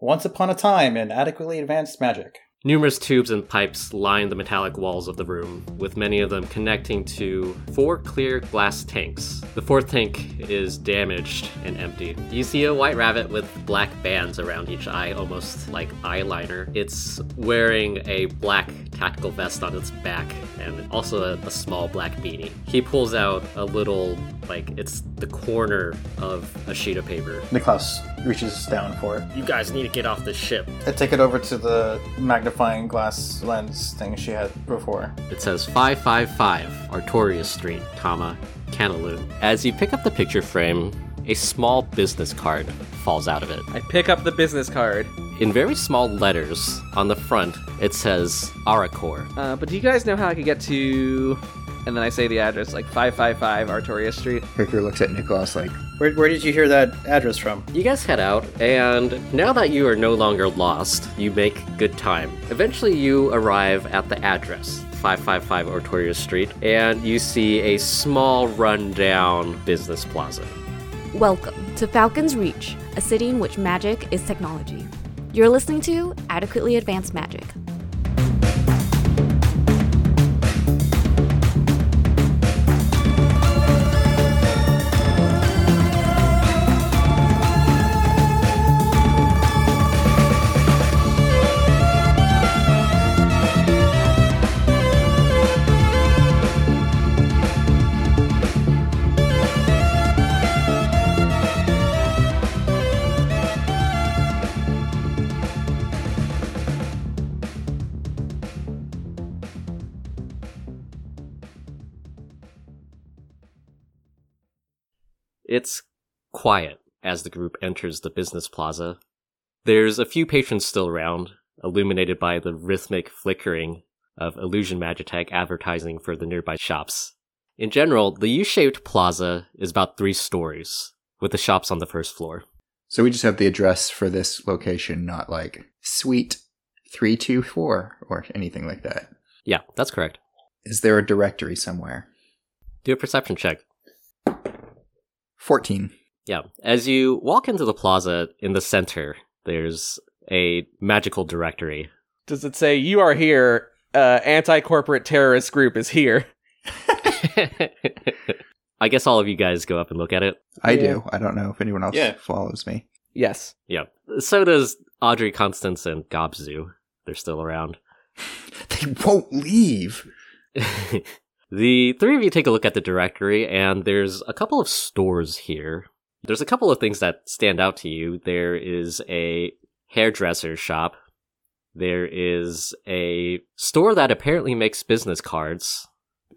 Once upon a time in adequately advanced magic. Numerous tubes and pipes line the metallic walls of the room, with many of them connecting to four clear glass tanks. The fourth tank is damaged and empty. You see a white rabbit with black bands around each eye, almost like eyeliner. It's wearing a black tactical vest on its back and also a, a small black beanie. He pulls out a little, like, it's the corner of a sheet of paper. Niklaus reaches down for it. You guys need to get off this ship. I take it over to the magnifying glass lens thing she had before. It says 555 Artorias Street, comma, Canaloon. As you pick up the picture frame, a small business card falls out of it. I pick up the business card. In very small letters on the front, it says Aracor. Uh, but do you guys know how I could get to? And then I say the address, like 555 Artoria Street. Ricker looks at Nicholas like, Where, where did you hear that address from? You guys head out, and now that you are no longer lost, you make good time. Eventually, you arrive at the address. 555 Ortoria Street, and you see a small rundown business plaza. Welcome to Falcon's Reach, a city in which magic is technology. You're listening to Adequately Advanced Magic. It's quiet as the group enters the business plaza. There's a few patrons still around, illuminated by the rhythmic flickering of illusion magitech advertising for the nearby shops. In general, the U-shaped plaza is about three stories, with the shops on the first floor. so we just have the address for this location, not like suite 324 or anything like that. Yeah, that's correct. Is there a directory somewhere? Do a perception check. 14. Yeah. As you walk into the plaza in the center, there's a magical directory. Does it say you are here? Uh, anti-corporate terrorist group is here. I guess all of you guys go up and look at it. I Yeah. do. I don't know if anyone else Yeah. follows me. Yes. Yeah. So does Audrey Constance and Gobzu. They're still around. They won't leave. the three of you take a look at the directory, and there's a couple of stores here. There's a couple of things that stand out to you. There is a hairdresser shop. There is a store that apparently makes business cards,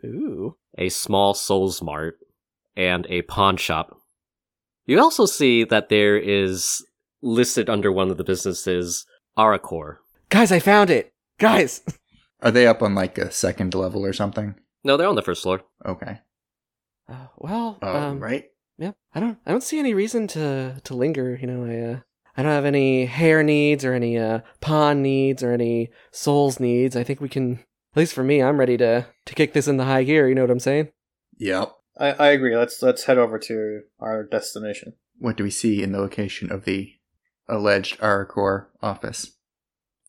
Ooh. a small Souls Mart, and a pawn shop. You also see that there is listed under one of the businesses Aracor. Guys, I found it. Guys. Are they up on like a second level or something? No, they're on the first floor. Okay. Uh, well, Oh, um, right. Yeah, I don't. I don't see any reason to to linger. You know, I uh, I don't have any hair needs or any uh, pawn needs or any souls needs. I think we can. At least for me, I'm ready to to kick this into high gear. You know what I'm saying? Yep. I, I agree. Let's let's head over to our destination. What do we see in the location of the alleged Aracor office?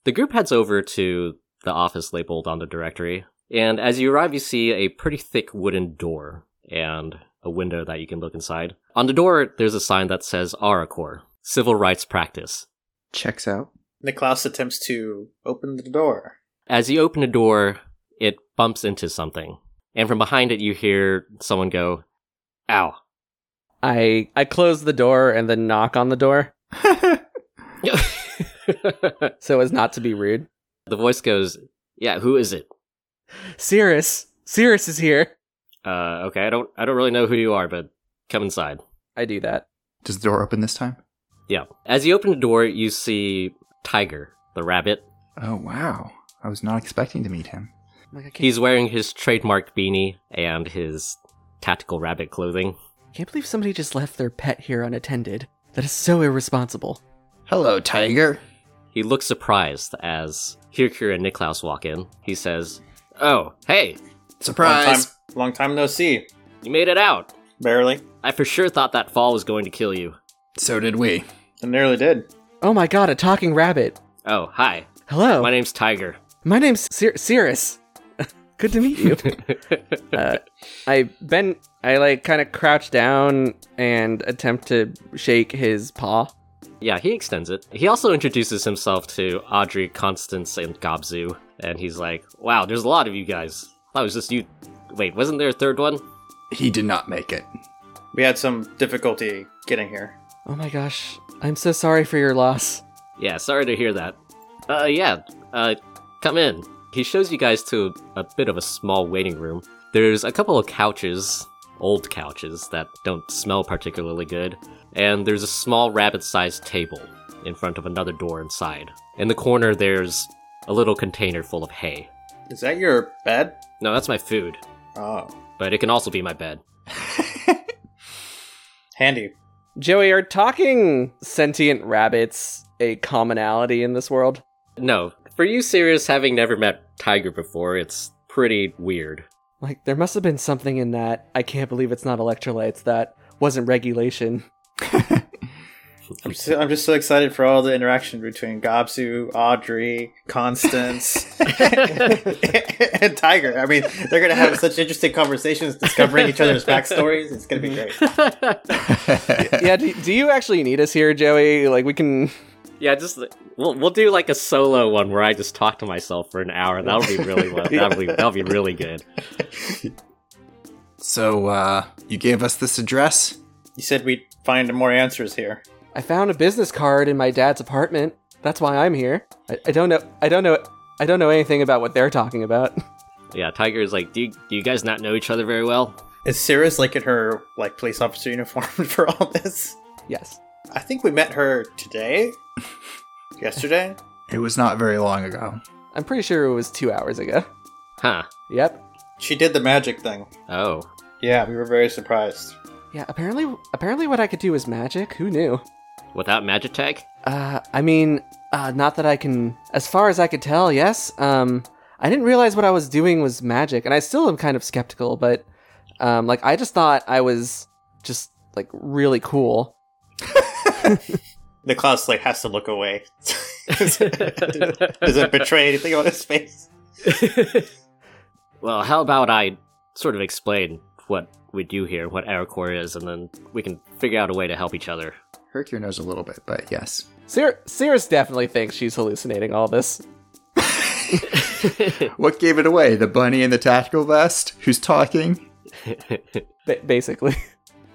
The group heads over to the office labeled on the directory, and as you arrive, you see a pretty thick wooden door and a window that you can look inside. On the door, there's a sign that says Aracor, Civil Rights Practice. Checks out. Niklaus attempts to open the door. As you open the door, it bumps into something, and from behind it, you hear someone go, Ow. I I close the door and then knock on the door the so as not to be rude. voice goes, Yeah, who is it? Cirrus, Cirrus is here. Uh, okay, I don't, I don't really know who you are, but come inside. I do that. Does the door open this time? Yeah. As you open the door, you see Tiger, the rabbit. Oh, wow. I was not expecting to meet him. I'm like, I can't, He's wearing his trademark beanie and his tactical rabbit clothing. can't believe somebody just left their pet here unattended. That is so irresponsible. Hello, Tiger. He looks surprised as Hirkur and Niklaus walk in. He says, Oh, hey, Long time, long time no see. you made it out. Barely. I for sure thought that fall was going to kill you. So did we. I nearly did. Oh my god, a talking rabbit. Oh, hi. Hello. My name's Tiger. My name's Cir- Cirrus. Good to meet you. uh, I bend. I like kind of crouch down and attempt to shake his paw. Yeah, he extends it. He also introduces himself to Audrey, Constance, and Gobzu, and he's like, "Wow, there's a lot of you guys. That was just you. Wait, wasn't there a third one? He did not make it. We had some difficulty getting here. Oh my gosh, I'm so sorry for your loss. Yeah, sorry to hear that. Uh, yeah, uh, come in. He shows you guys to a bit of a small waiting room. There's a couple of couches, old couches, that don't smell particularly good, and there's a small rabbit sized table in front of another door inside. In the corner, there's a little container full of hay. Is that your bed? No, that's my food, Oh, but it can also be my bed. handy. Joey, are talking sentient rabbits a commonality in this world? No, for you, Sirius, having never met Tiger before, it's pretty weird. Like, there must have been something in that. I can't believe it's not electrolytes. That wasn't regulation. I'm just, I'm just so excited for all the interaction between Gobsu, Audrey, Constance, and Tiger. I mean, they're going to have such interesting conversations discovering each other's backstories. It's going to be great. yeah, do, do you actually need us here, Joey? Like, we can. Yeah, just we'll, we'll do like a solo one where I just talk to myself for an hour. That'll be really lo- that'll be that'll be really good. So, uh, you gave us this address? You said we'd find more answers here. I found a business card in my dad's apartment. That's why I'm here. I, I don't know. I don't know. I don't know anything about what they're talking about. Yeah, Tiger is like, do you, do you guys not know each other very well? Is Cirrus like in her like police officer uniform for all this? yes. I think we met her today, yesterday. It was not very long ago. I'm pretty sure it was two hours ago. Huh? Yep. She did the magic thing. Oh, Yeah, we were very surprised. Yeah, apparently apparently what I could do is magic. Who knew? without magic tech? Uh I mean, uh not that I can as far as I could tell, yes. Um I didn't realize what I was doing was magic, and I still am kind of skeptical, but um like I just thought I was just like really cool. The class like has to look away. does it betray anything on his face? Well, how about I sort of explain what we do here, what Aerocore is, and then we can figure out a way to help each other. Hurt your nose a little bit, but yes. Sir Cirrus definitely thinks she's hallucinating all this. What gave it away? The bunny in the tactical vest? Who's talking? Ba- basically.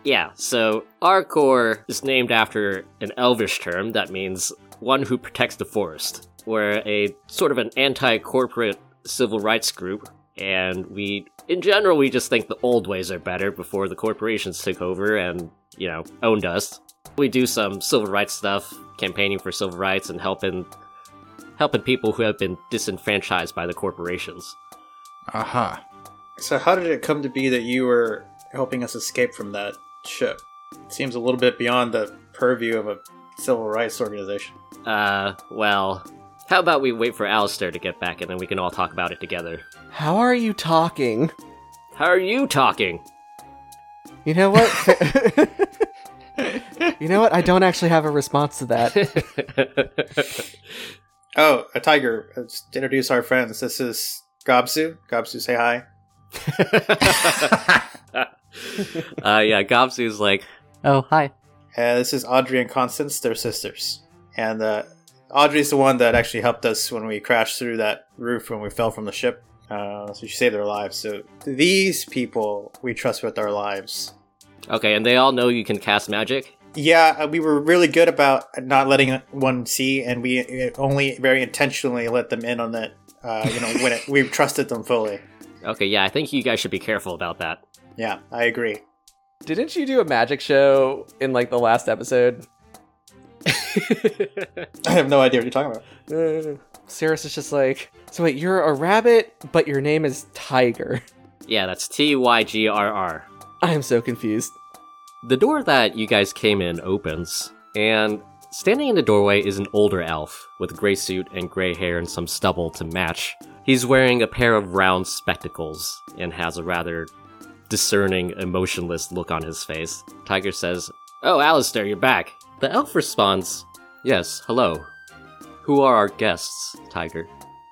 Yeah, so Arkor is named after an elvish term that means one who protects the forest. We're a sort of an anti corporate civil rights group, and we, in general, we just think the old ways are better before the corporations took over and, you know, owned us. We do some civil rights stuff, campaigning for civil rights and helping helping people who have been disenfranchised by the corporations. Aha. So how did it come to be that you were helping us escape from that ship? Seems a little bit beyond the purview of a civil rights organization. Uh, well, how about we wait for Alistair to get back and then we can all talk about it together? How are you talking? How are you talking? You know what? you know what? I don't actually have a response to that. Uh, Oh, a tiger. Let's introduce our friends. This is Gobsu. Gobsu, say hi. uh, yeah, Gobsu's like, oh, hi. Uh, this is Audrey and Constance. They're sisters. And uh, Audrey's the one that actually helped us when we crashed through that roof when we fell from the ship. Uh, so she saved their lives. So these people we trust with our lives. Okay, and they all know you can cast magic? Yeah, uh, we were really good about not letting one see, and we uh, only very intentionally let them in on that. Uh, you know, when it, we trusted them fully. Okay, yeah, I think you guys should be careful about that. Yeah, I agree. Didn't you do a magic show in like the last episode? I have no idea what you're talking about. Uh, Cirrus is just like, so wait, you're a rabbit, but your name is Tiger. yeah, that's T Y G R R. I am so confused. The door that you guys came in opens, and standing in the doorway is an older elf with a gray suit and gray hair and some stubble to match. He's wearing a pair of round spectacles and has a rather discerning, emotionless look on his face. Tiger says, Oh, Alistair, you're back. The elf responds, Yes, hello. Who are our guests, Tiger?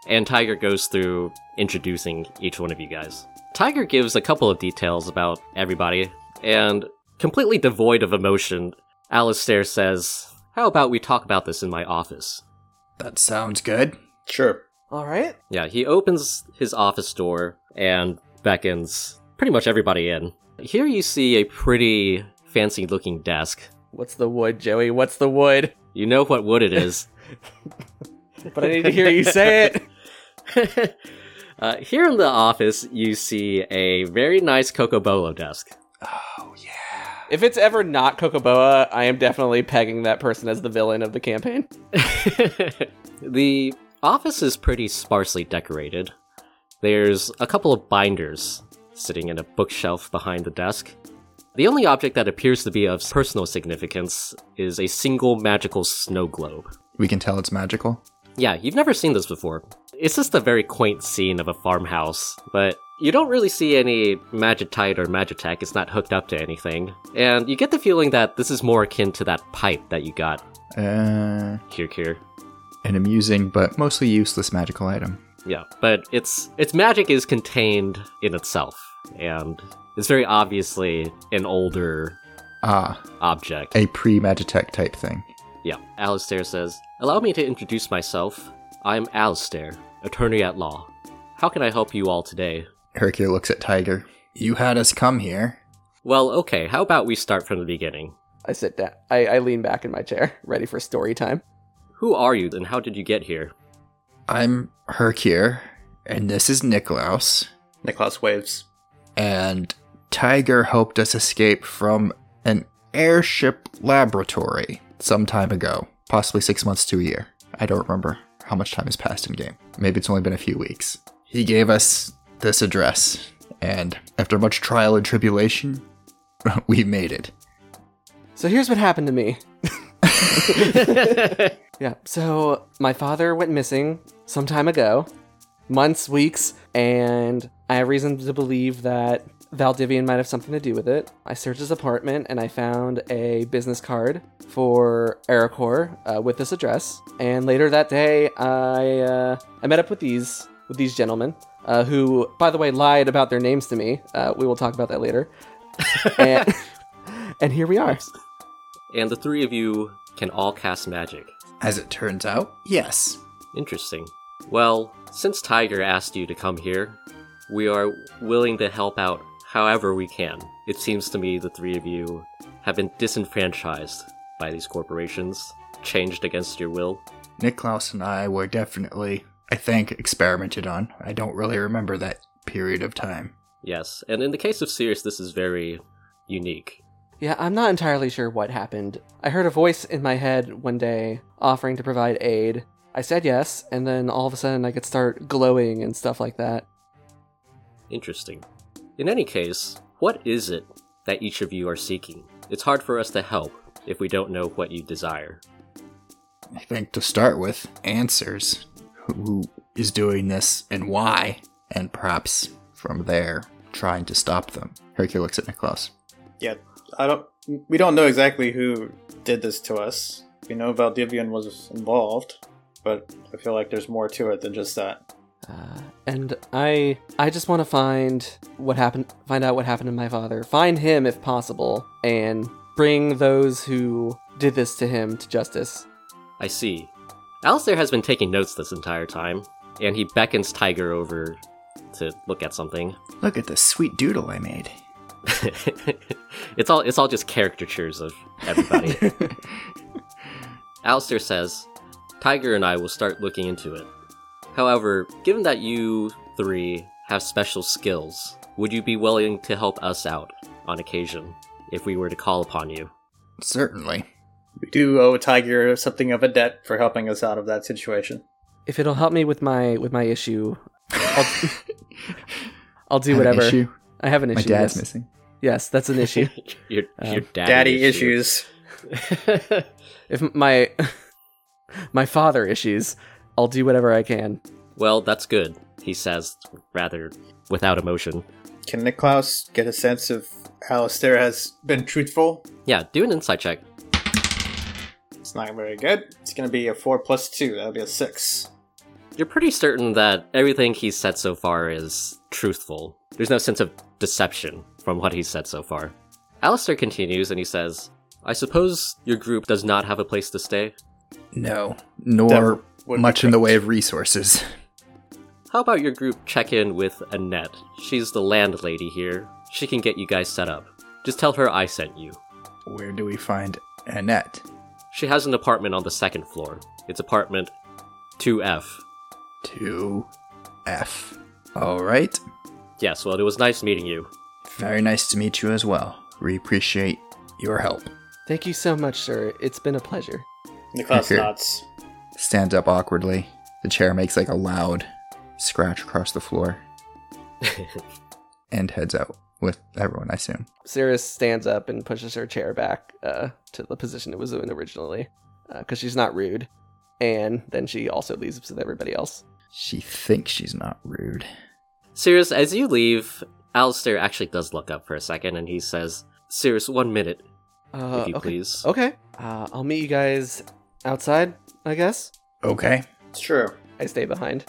And Tiger goes through introducing each one of you guys. Tiger gives a couple of details about everybody, and completely devoid of emotion, Alistair says, How about we talk about this in my office? That sounds good. Sure. All right. Yeah, he opens his office door and beckons pretty much everybody in. Here you see a pretty fancy looking desk. What's the wood, Joey? What's the wood? You know what wood it is. But I need to hear you say it. uh, here in the office, you see a very nice Cocobolo desk. Oh yeah. If it's ever not Kokoboa, I am definitely pegging that person as the villain of the campaign. the office is pretty sparsely decorated. There's a couple of binders sitting in a bookshelf behind the desk. The only object that appears to be of personal significance is a single magical snow globe. We can tell it's magical. Yeah, you've never seen this before. It's just a very quaint scene of a farmhouse, but you don't really see any Magitite or Magitek. It's not hooked up to anything. And you get the feeling that this is more akin to that pipe that you got, Uh, Kirkir. an amusing but mostly useless magical item. Yeah, but its its magic is contained in itself, and it's very obviously an older Ah, object. a pre-magitech type thing. Yeah, Alistair says, "Allow me to introduce myself. I'm Alistair, attorney at law. How can I help you all today?" Hercule looks at Tiger. You had us come here. Well, okay. How about we start from the beginning? I sit down. I, I lean back in my chair, ready for story time. Who are you, and how did you get here? I'm Hercule, and this is Niklaus. Niklaus waves. And Tiger helped us escape from an airship laboratory some time ago, possibly six months to a year. I don't remember how much time has passed in game. Maybe it's only been a few weeks. He gave us this address, and after much trial and tribulation, we made it. So here's what happened to me. yeah, so my father went missing some time ago, months, weeks, and I have reason to believe that Valdivian might have something to do with it. I searched his apartment and I found a business card for Aracor uh, with this address. And later that day, I uh, I met up with these with these gentlemen uh, who, by the way, lied about their names to me. Uh, we will talk about that later. and, and here we are. And the three of you can all cast magic. As it turns out, yes. Interesting. Well, since Tiger asked you to come here, we are willing to help out however we can. It seems to me the three of you have been disenfranchised by these corporations, changed against your will. Niklaus and I were definitely, I think, experimented on. I don't really remember that period of time. Yes, and in the case of Sirius, this is very unique. Yeah, I'm not entirely sure what happened. I heard a voice in my head one day offering to provide aid. I said yes, and then all of a sudden I could start glowing and stuff like that. Interesting. In any case, what is it that each of you are seeking? It's hard for us to help if we don't know what you desire. I think to start with, answers. Who is doing this and why? And perhaps from there, trying to stop them. Hercule looks at Niklaus. Yeah, I don't. We don't know exactly who did this to us. We know Valdivian was involved, but I feel like there's more to it than just that. Uh, and I, I just want to find what happened, find out what happened to my father, find him if possible, and bring those who did this to him to justice. I see. Alistair has been taking notes this entire time, and he beckons Tiger over to look at something. Look at this sweet doodle I made. it's all it's all just caricatures of everybody. Alistair says, Tiger and I will start looking into it. However, given that you three have special skills, would you be willing to help us out on occasion if we were to call upon you? Certainly. We do owe Tiger something of a debt for helping us out of that situation. If it'll help me with my with my issue, I'll, I'll do Have an whatever. issue. I have an issue. My dad's yes. missing. Yes, that's an issue. Your, your Um, daddy, Daddy issue. issues. if my my father issues, I'll do whatever I can. well, that's good, he says, rather without emotion. Can Niklaus get a sense of how Alistair has been truthful? Yeah, do an insight check. It's not very good. It's gonna be a four plus two. That'll be a six. You're pretty certain that everything he's said so far is truthful. There's no sense of deception from what he's said so far. Alistair continues and he says, I suppose your group does not have a place to stay. No, nor would be much in the way of resources. How about your group check in with Annette? She's the landlady here. She can get you guys set up. Just tell her I sent you. Where do we find Annette? She has an apartment on the second floor. It's apartment 2F. 2F. All right. Yes, well, it was nice meeting you. Very nice to meet you as well. We appreciate your help. Thank you so much, sir. It's been a pleasure. Nicholas Okay. nods. Stands up awkwardly. The chair makes like a loud scratch across the floor and heads out with everyone, I assume. Cirrus stands up and pushes her chair back uh, to the position it was in originally, because she's not rude. And then she also leaves with everybody else. She thinks she's not rude. Sirius, as you leave, Alistair actually does look up for a second and he says, Sirius, one minute, Uh, if you okay. please. Okay. Uh, I'll meet you guys outside, I guess. Okay. It's true. I stay behind.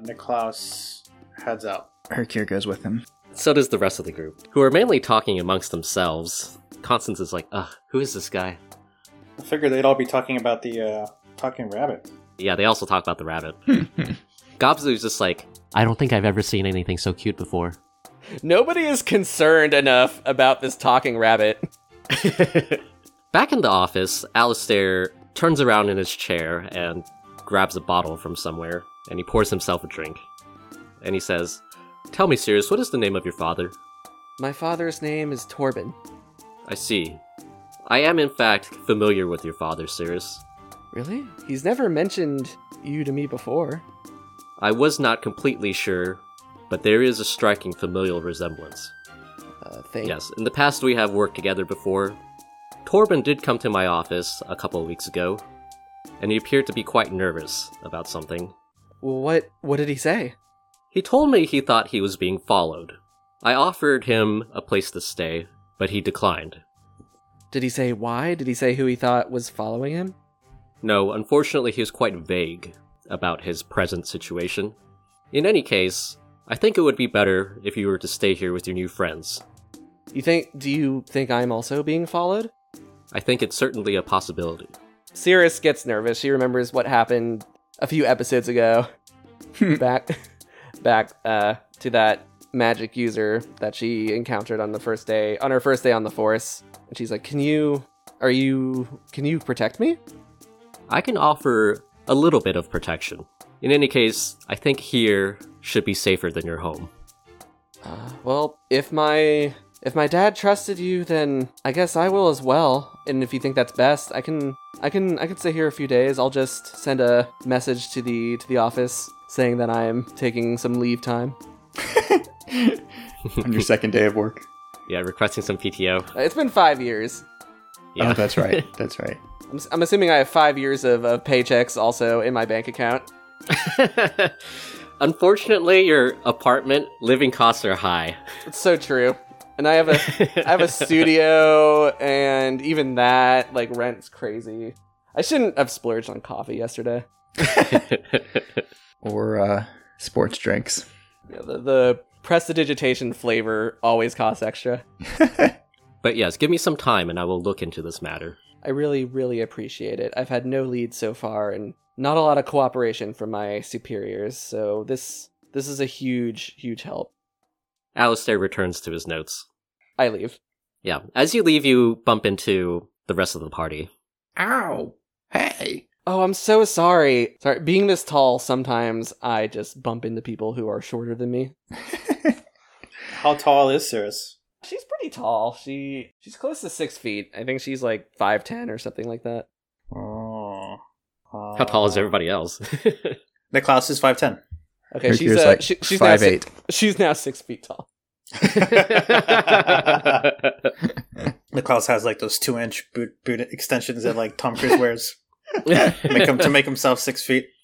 Niklaus heads out. Hercure goes with him. So does the rest of the group, who are mainly talking amongst themselves. Constance is like, ugh, who is this guy? I figured they'd all be talking about the uh, talking rabbit. Yeah, they also talk about the rabbit. Gobzu's just like, I don't think I've ever seen anything so cute before. Nobody is concerned enough about this talking rabbit. Back in the office, Alistair turns around in his chair and grabs a bottle from somewhere, and he pours himself a drink. And he says, Tell me, Sirius, what is the name of your father? My father's name is Torben. I see. I am, in fact, familiar with your father, Sirius. Really? He's never mentioned you to me before. I was not completely sure, but there is a striking familial resemblance. Uh, thank Yes, in the past we have worked together before. Torben did come to my office a couple of weeks ago, and he appeared to be quite nervous about something. Well, what what did he say? He told me he thought he was being followed. I offered him a place to stay, but he declined. Did he say why? Did he say who he thought was following him? No, unfortunately, he was quite vague about his present situation. In any case, I think it would be better if you were to stay here with your new friends. You think do you think I'm also being followed? I think it's certainly a possibility. Cirrus gets nervous. She remembers what happened a few episodes ago. back back uh to that magic user that she encountered on the first day on her first day on the force. And she's like, "Can you are you can you protect me?" I can offer a little bit of protection. In any case, I think here should be safer than your home. Uh, well, if my if my dad trusted you, then I guess I will as well. And if you think that's best, I can I can I can stay here a few days. I'll just send a message to the to the office saying that I'm taking some leave time. On your second day of work. Yeah, requesting some PTO. Uh, It's been five years. Yeah. Oh, that's right. That's right. I'm, s- I'm assuming I have five years of, of paychecks also in my bank account. Unfortunately, your apartment living costs are high. It's so true. And I have a I have a studio, and even that like rent's crazy. I shouldn't have splurged on coffee yesterday. Or uh, sports drinks. Yeah, the, the prestidigitation flavor always costs extra. but yes, give me some time and I will look into this matter. I really, really appreciate it. I've had no leads so far and not a lot of cooperation from my superiors, so this this is a huge, huge help. Alistair returns to his notes. I leave. Yeah, as you leave, you bump into the rest of the party. Ow! Hey! Oh, I'm so sorry. Sorry, being this tall, sometimes I just bump into people who are shorter than me. How tall is Cirrus? She's pretty tall. She she's close to six feet. I think she's like five ten or something like that. Oh. How tall is everybody else? Uh, Niklaus is 5'10. Okay, Hercule's she's uh, like she, she's now five si- eight. she's now six feet tall. Niklaus has like those two inch boot, boot extensions that like Tom Cruise wears make him, to make himself six feet.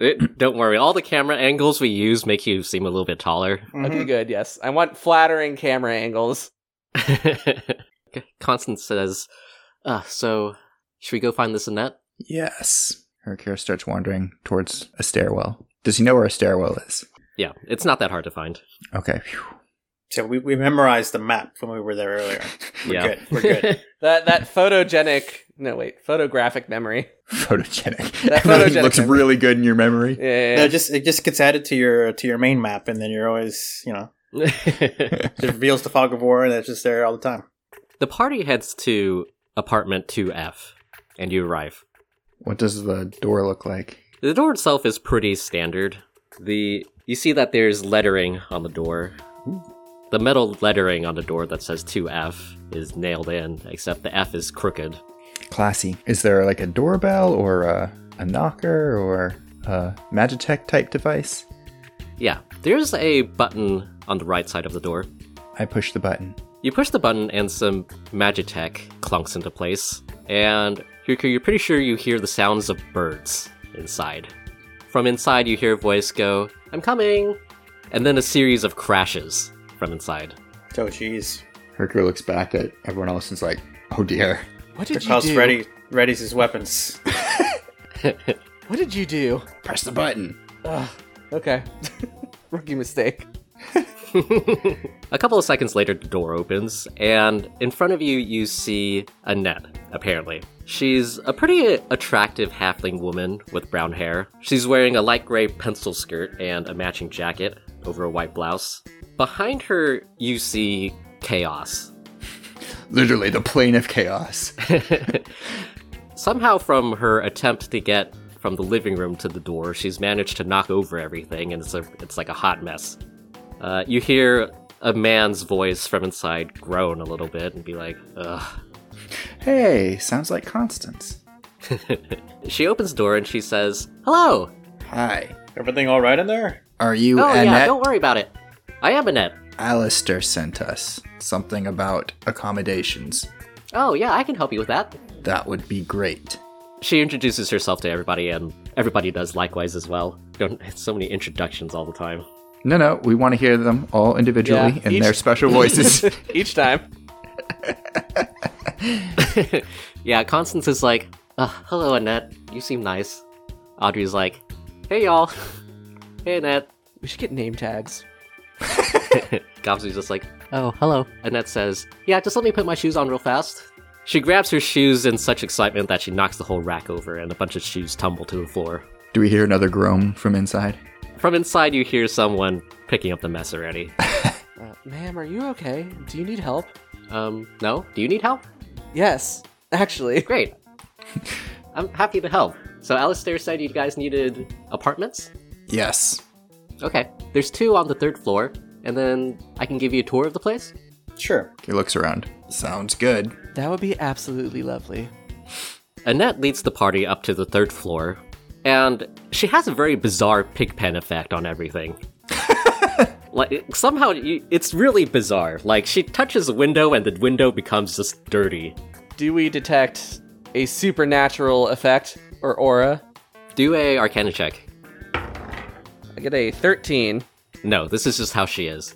It- don't worry, all the camera angles we use make you seem a little bit taller. Okay, Mm-hmm. good. Yes, I want flattering camera angles. Constance says, uh, so Should we go find this Annette? Yes. Hercure starts wandering towards a stairwell. Does he know where a stairwell is? Yeah, it's not that hard to find. Okay. phew. So we, we memorized the map when we were there earlier. We're Yeah. good. We're good. That that photogenic no wait, photographic memory. Photogenic. That photogenic looks memory. really good in your memory. Yeah, yeah, yeah. No, it just it just gets added to your to your main map, and then you're always you know the it reveals the fog of war, and it's just there all the time. party heads to apartment 2F, and you arrive. What does the door look like? The door itself is pretty standard. The you see that there's lettering on the door. The metal lettering on the door that says 2F is nailed in, except the F is crooked. Classy. Is there like a doorbell or a, a knocker or a Magitech type device? Yeah, there's a button on the right side of the door. I push the button. You push the button and some Magitech clunks into place, and you're, you're pretty sure you hear the sounds of birds inside. From inside, you hear a voice go, I'm coming! And then a series of crashes from inside. Oh jeez, Hercure looks back at everyone else and's like, oh dear. What the did you cost do? ready readies his weapons. What did you do? Press the button. Ugh. Okay. Rookie mistake. A couple of seconds later, the door opens, and in front of you, you see Annette, apparently. She's a pretty attractive halfling woman with brown hair. She's wearing a light gray pencil skirt and a matching jacket over a white blouse. Behind her, you see chaos. Literally the plane of chaos. Somehow, from her attempt to get from the living room to the door, she's managed to knock over everything, and it's a it's like a hot mess. Uh, you hear a man's voice from inside groan a little bit and be like, "Ugh." Hey, sounds like Constance. She opens the door and she says, "Hello. Hi. Everything all right in there? Are you Oh yeah, Annette? don't worry about it. I am Annette. Alistair sent us something about accommodations. Oh yeah, I can help you with that." That would be great. She introduces herself to everybody, and everybody does likewise as well. Don't so many introductions all the time. No, no, we want to hear them all individually Yeah, in each- their special voices. Each time. Yeah, Constance is like, uh, hello, Annette. You seem nice. Audrey's like, hey, y'all. Hey, Annette. We should get name tags. Gobsu's just like, oh, hello. Annette says, yeah, just let me put my shoes on real fast. She grabs her shoes in such excitement that she knocks the whole rack over and a bunch of shoes tumble to the floor. Do we hear another groan from inside? From inside, you hear someone picking up the mess already. Uh, Ma'am, are you okay? Do you need help? um, no? Do you need help? Yes, actually. Great. I'm happy to help. So, Alistair said you guys needed apartments? Yes. Okay. There's two on the third floor, and then I can give you a tour of the place? Sure. He looks around. Sounds good. That would be absolutely lovely. Annette leads the party up to the third floor, and she has a very bizarre pigpen effect on everything. like somehow you, it's really bizarre. Like she touches a window and the window becomes just dirty. Do we detect a supernatural effect or aura? Do a arcana check. I get a 13. No, this is just how she is.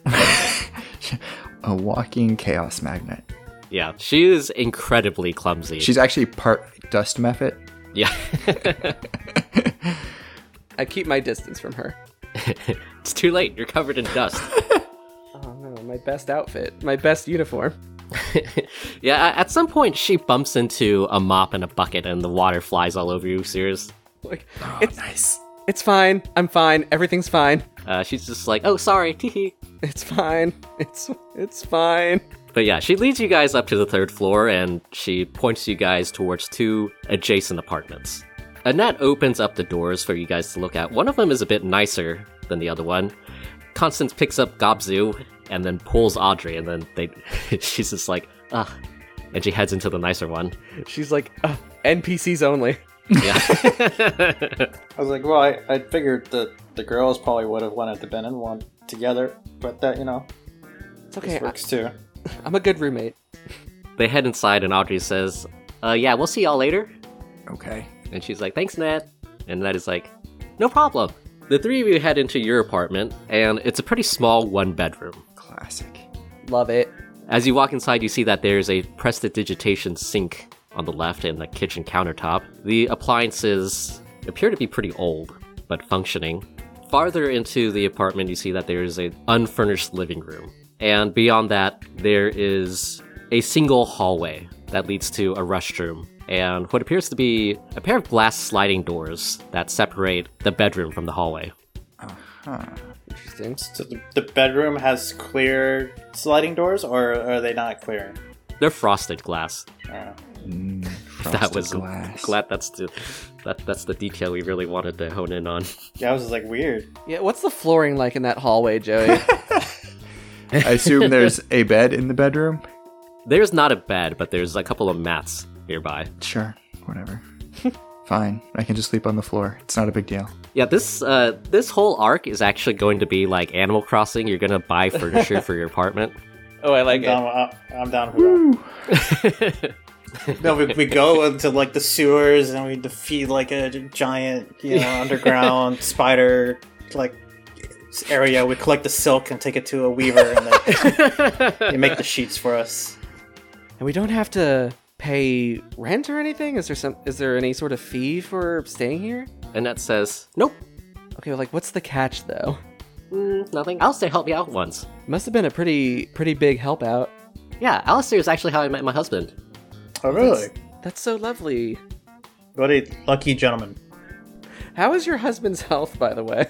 A walking chaos magnet. yeah, she is incredibly clumsy. She's actually part dust method. yeah. I keep my distance from her. it's too late. You're covered in dust. Oh no, my best outfit, my best uniform. yeah, a- at some point she bumps into a mop and a bucket and the water flies all over you, Sears. Like, it's nice. It's fine. I'm fine. Everything's fine. Uh, she's just like, "Oh, sorry." Tee-hee." It's fine. It's it's fine. But yeah, she leads you guys up to the third floor and she points you guys towards two adjacent apartments. Annette opens up the doors for you guys to look at. One of them is a bit nicer than the other one. Constance picks up Gobzu and then pulls Audrey, and then they, she's just like, ugh. And she heads into the nicer one. She's like "Ugh, NPCs only. Yeah. I was like, well, I, I figured that the girls probably would have wanted to been in one together, but that you know, It's okay. this works too. I, am a good roommate. they head inside, and Audrey says, uh, yeah, we'll see y'all later. Okay. And she's like, thanks, Ned. And Ned is like, no problem. The three of you head into your apartment, and it's a pretty small one bedroom. Classic. Love it. As you walk inside, you see that there's a prestidigitation sink on the left and the kitchen countertop. The appliances appear to be pretty old, but functioning. Farther into the apartment, you see that there is an unfurnished living room. And beyond that, there is a single hallway that leads to a restroom and what appears to be a pair of glass sliding doors that separate the bedroom from the hallway. Interesting. So the, the bedroom has clear sliding doors, or are they not clear? They're frosted glass. Uh, that Frosted was Mm, glass. glad that's the that, that's the detail we really wanted to hone in on. yeah, I was just like weird. Yeah, what's the flooring like in that hallway, Joey? I assume there's a bed in the bedroom. There's not a bed, but there's a couple of mats nearby. Sure, whatever. Fine, I can just sleep on the floor. It's not a big deal. Yeah, this uh, this whole arc is actually going to be like Animal Crossing. You're gonna buy furniture for your apartment. oh, I like I'm down, I- I'm down for that. no, we, we go into like the sewers and we defeat like a gi- giant, you know, underground spider like area. We collect the silk and take it to a weaver and then they make the sheets for us. And we don't have to pay rent or anything. Is there some? Is there any sort of fee for staying here? Annette says, "Nope, Okay, like what's the catch though? mm, nothing. Alistair helped me out once. Must have been a pretty pretty big help out. Yeah, Alistair is actually how I met my husband. Oh, really? That's so lovely. What a lucky gentleman. How is your husband's health, by the way?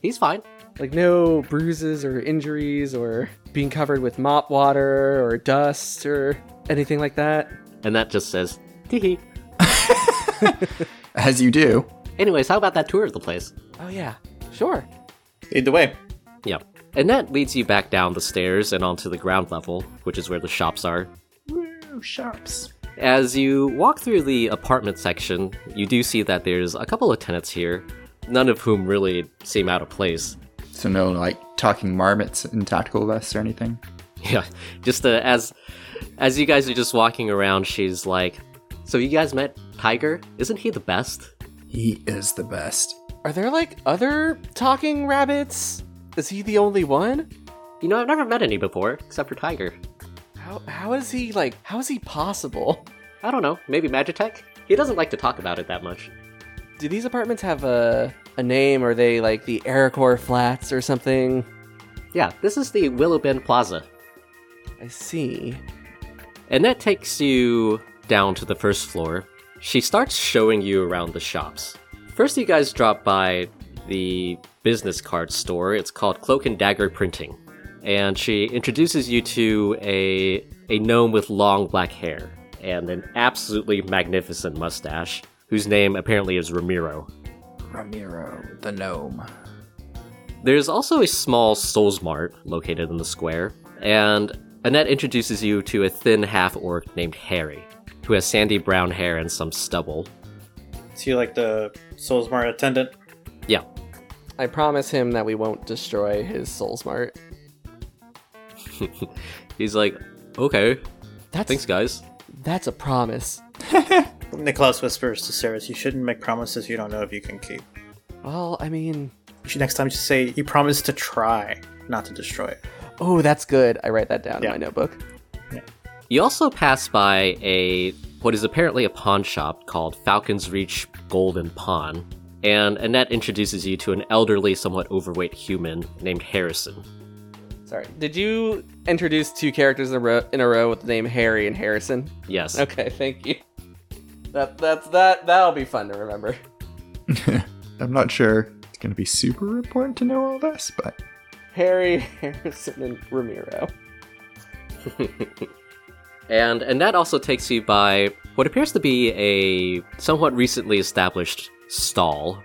He's fine. Like no bruises or injuries or being covered with mop water or dust or anything like that. And that just says, tee hee. As you do. Anyways, how about that tour of the place? Oh yeah, sure. Lead the way. Yeah. And that leads you back down the stairs and onto the ground level, which is where the shops are. Woo, shops. As you walk through the apartment section, you do see that there's a couple of tenants here, none of whom really seem out of place. So no, like talking marmots in tactical vests or anything. Yeah, just uh, as as you guys are just walking around, she's like, "So you guys met Tiger? Isn't he the best?" He is the best. Are there like other talking rabbits? Is he the only one? You know, I've never met any before except for Tiger. How how is he like? How is he possible? I don't know, maybe Magitek. He doesn't like to talk about it that much. Do these apartments have a a name? Are they like the Aracor Flats or something? Yeah, this is the Willow Bend Plaza. I see. And that takes you down to the first floor. She starts showing you around the shops. First, you guys drop by the business card store. It's called Cloak and Dagger Printing. And she introduces you to a, a gnome with long black hair and an absolutely magnificent mustache, whose name apparently is Ramiro. Ramiro, the gnome. There's also a small Souls Mart located in the square, and Annette introduces you to a thin half orc named Harry, who has sandy brown hair and some stubble. So you're like the Soulsmart attendant. Yeah. I promise him that we won't destroy his soul smart. He's like, okay, That's thanks, guys. that's a promise. Nicholas whispers to Cyrus, you shouldn't make promises you don't know if you can keep. Well, I mean, You should next time just say, you promised to try, not to destroy it. oh, that's good. I write that down Yeah. in my notebook. You also pass by a what is apparently a pawn shop called Falcon's Reach Golden Pawn, and Annette introduces you to an elderly, somewhat overweight human named Harrison. Sorry. Did you introduce two characters in a row, in a row with the name Harry and Harrison? Yes. Okay, thank you. That that's that that'll be fun to remember. I'm not sure it's going to be super important to know all this, but Harry, Harrison, and Ramiro. And and that also takes you by what appears to be a somewhat recently established stall,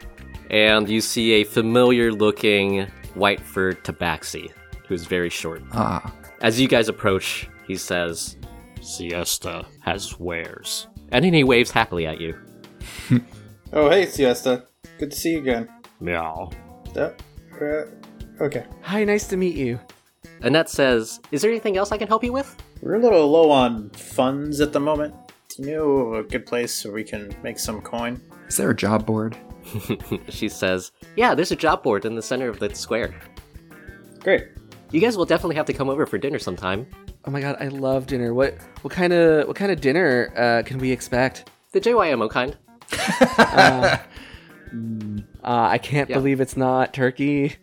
and you see a familiar looking white furred tabaxi, who's very short. ah, As you guys approach, he says, Siesta has wares. And then he waves happily at you. Oh, hey, Siesta. Good to see you again. Meow. That, uh, okay. Hi, nice to meet you. Annette says, Is there anything else I can help you with? We're a little low on funds at the moment. Do you know a good place where we can make some coin? is there a job board? she says, Yeah, there's a job board in the center of the square. Great. You guys will definitely have to come over for dinner sometime. Oh my god, I love dinner. What what kind of what kind of dinner uh, can we expect? The JYMO kind. Uh, I can't Yeah. believe it's not turkey.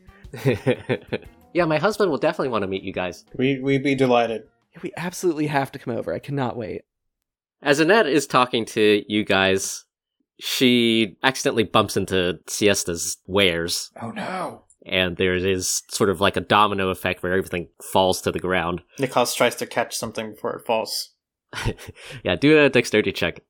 yeah, my husband will definitely want to meet you guys. We we'd be delighted. We absolutely have to come over. I cannot wait. As Annette is talking to you guys, she accidentally bumps into Siesta's wares, Oh no. and there is sort of like a domino effect where everything falls to the ground. Nikos tries to catch something before it falls. yeah, do a dexterity check.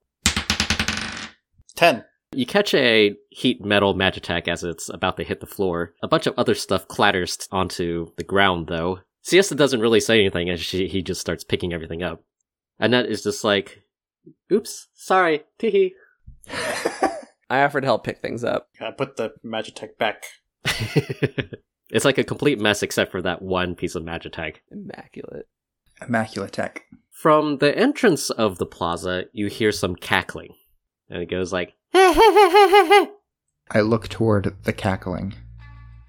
Ten. You catch a heat metal magitech as it's about to hit the floor. A bunch of other stuff clatters onto the ground, though. Siesta doesn't really say anything as she, he just starts picking everything up. Annette is just like, oops, sorry, teehee. I offered to help pick things up. I put the Magitek back. it's like a complete mess except for that one piece of magitech. Immaculate. Immaculate tech. From the entrance of the plaza, you hear some cackling. And it goes like, I look toward the cackling.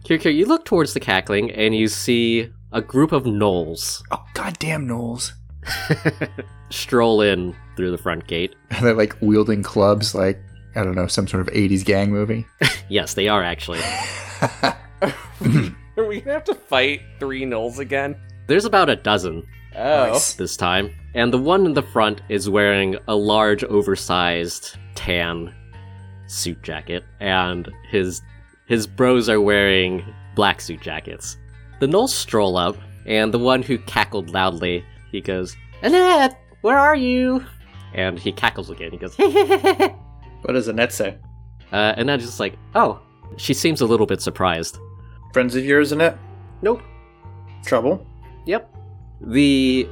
Kirikiri, you look towards the cackling and you see a group of gnolls Oh goddamn Knowles. stroll in through the front gate. Are they like wielding clubs like I don't know, some sort of eighties gang movie? Yes, they are actually. Are we gonna have to fight three nulls again? There's about a dozen Oh, Nice. this time. And the one in the front is wearing a large, oversized tan suit jacket, and his his bros are wearing black suit jackets. The gnolls stroll up, and the one who cackled loudly, he goes, Annette, where are you? And he cackles again. He goes, uh, What does Annette say? and I'm Uh, just like, oh. She seems a little bit surprised. Friends of yours, Annette? Nope. Trouble? Yep. The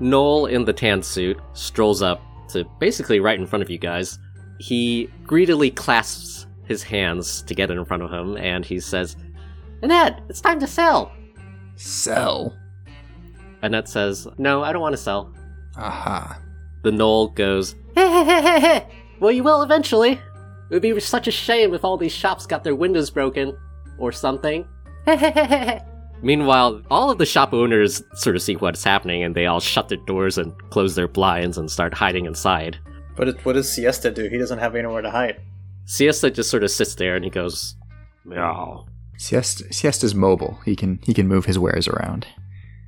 Knoll in the tan suit strolls up to basically right in front of you guys. He greedily clasps his hands together in front of him and he says, Annette, it's time to sell. Sell. Annette says, No, I don't want to sell. Aha. The Knoll goes, "Hey, hey, hey, hey, hey. Well, you will eventually. It would be such a shame if all these shops got their windows broken or something. Hey, hey, hey, hey, hey." Meanwhile, all of the shop owners sort of see what's happening and they all shut their doors and close their blinds and start hiding inside. What, did- what does Siesta do? He doesn't have anywhere to hide. Siesta just sort of sits there and he goes, Meow, Siesta Siesta's mobile. He can he can move his wares around.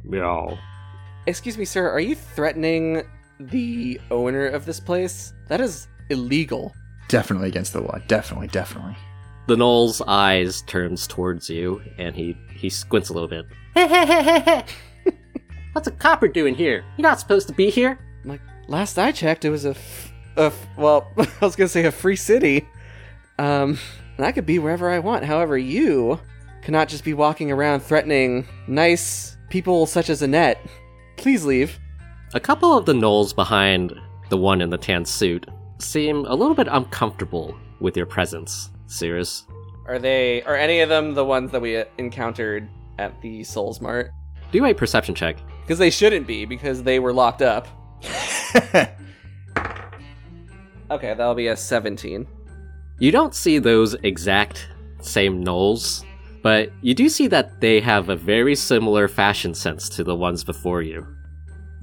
meow. Excuse me, sir. Are you threatening the owner of this place? That is illegal. Definitely against the law. Definitely, definitely. The Knoll's eyes turns towards you and he, he squints a little bit. What's a copper doing here? You're not supposed to be here. I'm like, last I checked, it was a, f- a f- well, I was gonna say a free city, um, and I could be wherever I want. However, you cannot just be walking around threatening nice people such as Annette. Please leave. A couple of the gnolls behind the one in the tan suit seem a little bit uncomfortable with your presence, Cirrus. Are they? Are any of them the ones that we uh, encountered at the Souls Mart? Do a perception check. Because they shouldn't be, because they were locked up. Okay, that'll be a seventeen. You don't see those exact same gnolls, but you do see that they have a very similar fashion sense to the ones before you.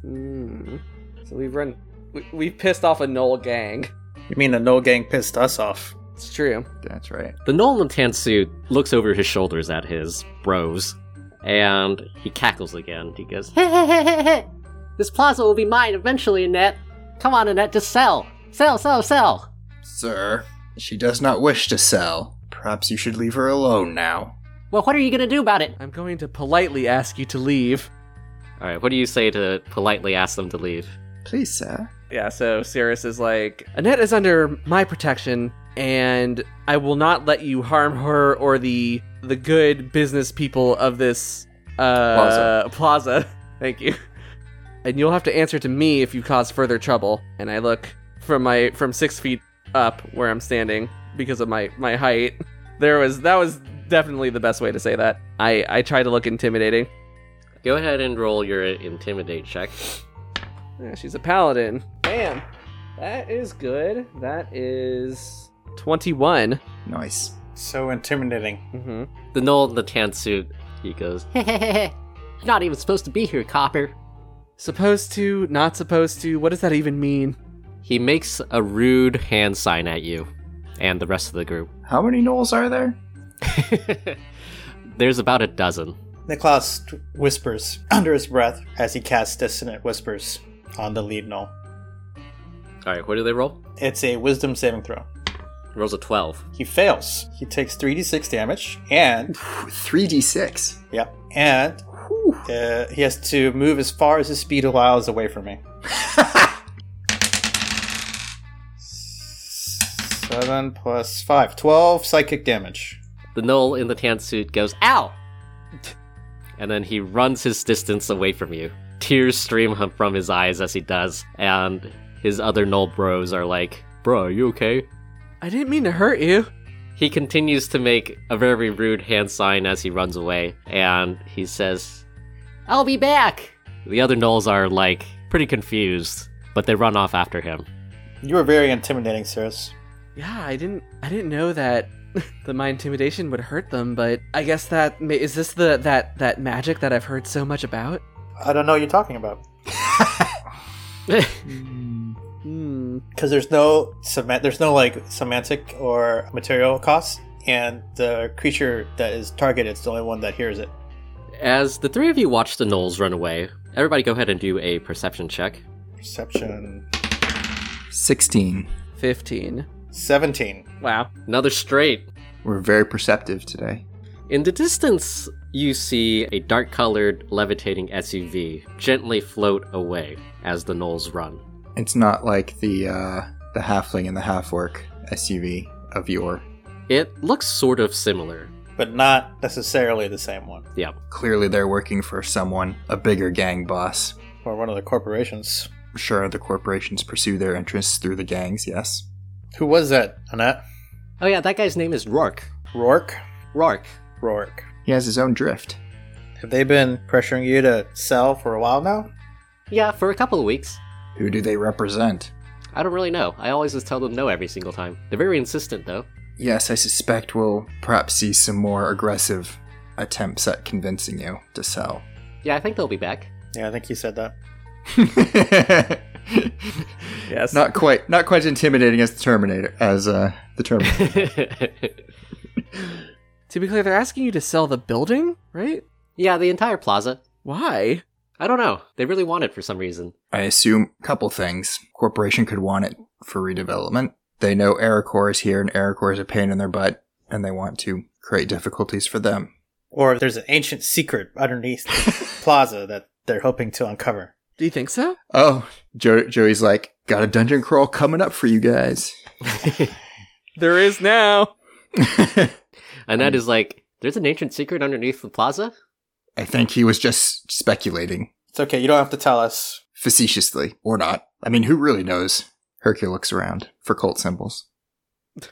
Mm. So we've run. We, we've pissed off a Knoll gang. You mean the no gang pissed us off? It's true. That's right. The gnoll in the tan suit looks over his shoulders at his bros, and he cackles again. He goes, hey, hey, hey, hey, hey. This plaza will be mine eventually, Annette. Come on, Annette, just sell. Sell, sell, sell. Sir, she does not wish to sell. Perhaps you should leave her alone now. Well, what are you gonna do about it? I'm going to politely ask you to leave. All right, what do you say to politely ask them to leave? Please, sir. Yeah, so Cirrus is like, Annette is under my protection, and I will not let you harm her or the the good business people of this uh, plaza. Thank you. And you'll have to answer to me if you cause further trouble. And I look from my from six feet up where I'm standing because of my my height. There was that was definitely the best way to say that. I I try to look intimidating. Go ahead and roll your intimidate check. Yeah, she's a paladin. Bam. That is good. That is 21. Nice. So intimidating. Mm-hmm. The gnoll in the tan suit, he goes, You're not even supposed to be here, copper. Supposed to, not supposed to, what does that even mean? He makes a rude hand sign at you and the rest of the group. How many gnolls are there? There's about a dozen. Niklaus whispers under his breath as he casts dissonant whispers on the lead knoll. All right, what do they roll? It's a wisdom saving throw. Rolls a 12. He fails. He takes 3d6 damage, and 3d6. yep, and uh, he has to move as far as his speed allows away from me. Seven plus five. Twelve psychic damage. The knoll in the tan suit goes, Ow! And then he runs his distance away from you. Tears stream hum- from his eyes as he does, and his other knoll bros are like, Bro, are you okay? I didn't mean to hurt you. He continues to make a very rude hand sign as he runs away, and he says, I'll be back! The other gnolls are like pretty confused, but they run off after him. You were very intimidating, Cirrus. Yeah, I didn't I didn't know that that my intimidation would hurt them, but I guess that ma- is this the that that magic that I've heard so much about? I don't know what you're talking about. Hmm. because there's no semant- there's no like semantic or material costs and the creature that is targeted is the only one that hears it As the three of you watch the gnolls run away, everybody go ahead and do a perception check. perception 16. 15. 17 Wow. Another straight. We're very perceptive today. In the distance, you see a dark colored levitating SUV gently float away as the gnolls run. It's not like the uh, the halfling and the half orc SUV of yore. It looks sort of similar. but not necessarily the same one Yeah. Clearly, they're working for someone, a bigger gang boss. or one of the corporations Sure, the corporations pursue their interests through the gangs, yes. who was that Annette Oh, yeah, that guy's name is Rourke. Rourke Rourke. Rourke He has his own drift. have they been pressuring you to sell for a while now Yeah, for a couple of weeks. Who do they represent? I don't really know. I always just tell them no every single time. They're very insistent, though. Yes, I suspect we'll perhaps see some more aggressive attempts at convincing you to sell. Yeah, I think they'll be back. yeah I think you said that Yes. Not quite, not quite as intimidating as the Terminator, as uh, the Terminator. to be clear, they're asking you to sell the building, right? yeah, the entire plaza. Why? I don't know. They really want it for some reason. I assume a couple things. Corporation could want it for redevelopment. They know Aracor is here, and Aracor is a pain in their butt, and they want to create difficulties for them. or there's an ancient secret underneath the plaza that they're hoping to uncover Do you think so? Oh, jo- Joey's like, got a dungeon crawl coming up for you guys. There is now. And that is like, there's an ancient secret underneath the plaza? I think he was just speculating it's okay you don't have to tell us facetiously or not. I mean, who really knows? Hercule looks around for cult symbols.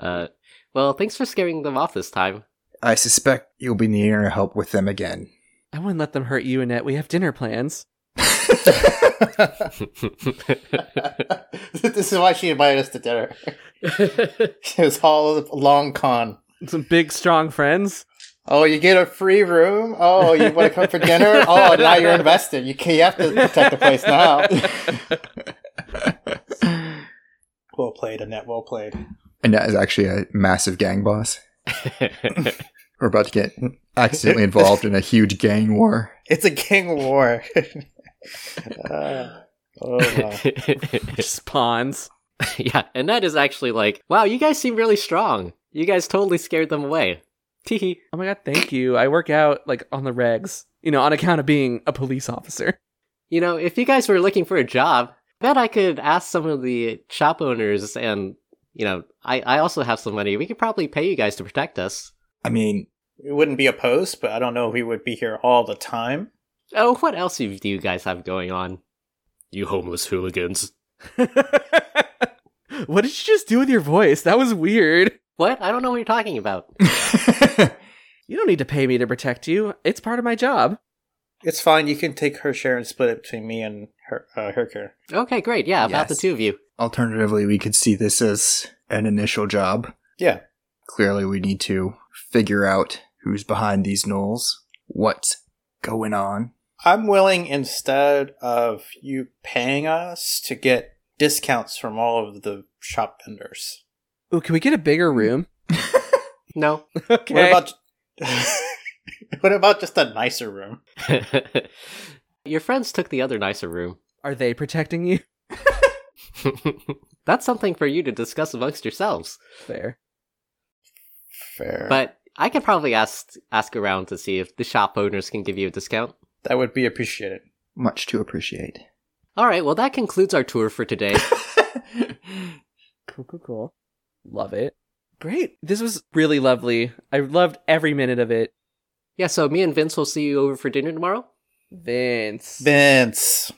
uh, well, thanks for scaring them off this time. I suspect you'll be needing our help with them again. I wouldn't let them hurt you, Annette. We have dinner plans. this is why she invited us to dinner it was all a long con Some big, strong friends. Oh, you get a free room. Oh, you want to come for dinner. Oh, now you're invested. You can, you have to protect the place now. well played, Annette. Well played. And that is actually a massive gang boss. We're about to get accidentally involved in a huge gang war. It's a gang war. Uh, oh, wow. Just pawns. yeah, and that is actually like, wow, you guys seem really strong. You guys totally scared them away. Teehee. Oh my god, thank you. I work out like on the regs, you know, on account of being a police officer. You know, if you guys were looking for a job, I bet I could ask some of the shop owners and, you know, I, I also have some money. We could probably pay you guys to protect us. I mean, We wouldn't be opposed, but I don't know if we would be here all the time. Oh, what else do you guys have going on? You homeless hooligans. what did you just do with your voice? That was weird. What? I don't know what you're talking about. You don't need to pay me to protect you. It's part of my job. It's fine. You can take her share and split it between me and her. Uh, her care. Okay, great. Yeah, about the Yes. two of you. alternatively, we could see this as an initial job. Yeah. Clearly, we need to figure out who's behind these gnolls, what's going on. I'm willing instead of you paying us to get discounts from all of the shop vendors. Ooh, can we get a bigger room? No. Okay. What about What about just a nicer room? Your friends took the other nicer room. Are they protecting you? That's something for you to discuss amongst yourselves. Fair. Fair. But I can probably ask ask around to see if the shop owners can give you a discount. that would be appreciated. Much to appreciate. All right, well that concludes our tour for today. Cool, cool, cool. Love it. Great. This was really lovely. I loved every minute of it. yeah, so me and Vince will see you over for dinner tomorrow. Vince. Vince.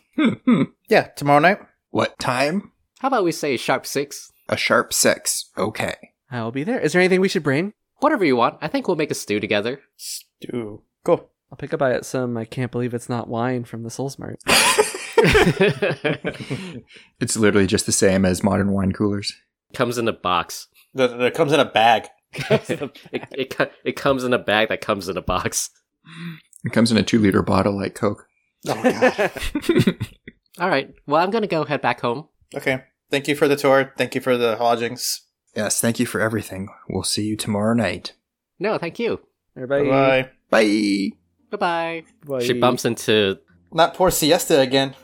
Yeah, tomorrow night. what time? How about we say sharp 6? A sharp six. Okay. I'll be there. Is there anything we should bring? Whatever you want. I think we'll make a stew together. Stew. Cool. I'll pick up uh, some. I can't believe it's not wine from the Soul Smart. It's literally just the same as modern wine coolers. comes in a box. That, that comes in a bag. it, it, co- it comes in a bag that comes in a box. It comes in a two liter bottle like Coke. Oh my god. All right. Well, I'm going to go head back home. okay. Thank you for the tour. Thank you for the lodgings. Yes, thank you for everything. We'll see you tomorrow night. No, thank you. Everybody. Bye. Bye. Bye-bye. Bye. She bumps into Not poor siesta again.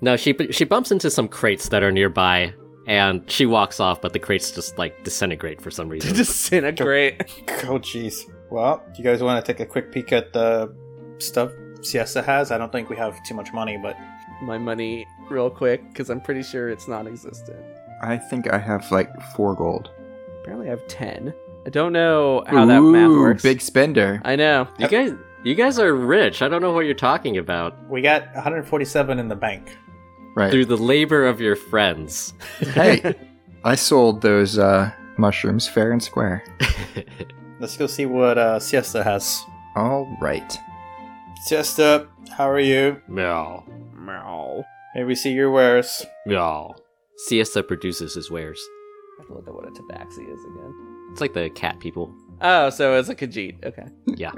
No, she she bumps into some crates that are nearby and she walks off, but the crates just like disintegrate for some reason. Disintegrate. Oh, jeez. Well, do you guys want to take a quick peek at the stuff Siesta has? I don't think we have too much money, but My money real quick because I'm pretty sure it's non existent. I think I have like four gold. Apparently, I have 10. I don't know how that math Ooh, works. Big spender. I know. you guys you guys are rich. I don't know what you're talking about. we got 147 in the bank. right. Through the labor of your friends. hey, I sold those uh, mushrooms fair and square. Let's go see what uh, Siesta has. All right. Siesta, how are you? Meow. Meow. May we see your wares? Meow. Siesta produces his wares. I have to look at what a tabaxi is again. It's like the cat people. Oh, so it's a Khajiit. Okay. Yeah.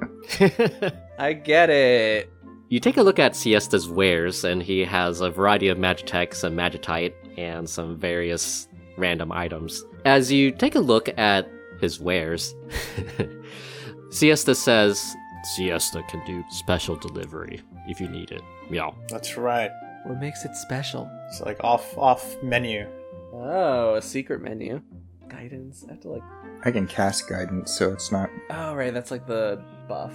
I get it. you take a look at Siesta's wares, and he has a variety of Magitech, some Magitite, and some various random items. As you take a look at his wares, Siesta says, Siesta can do special delivery if you need it. Meow. That's right. What makes it special? It's like off off menu. Oh, a secret menu. Guidance. I have to like. I can cast guidance, so it's not. Oh, right. That's like the buff.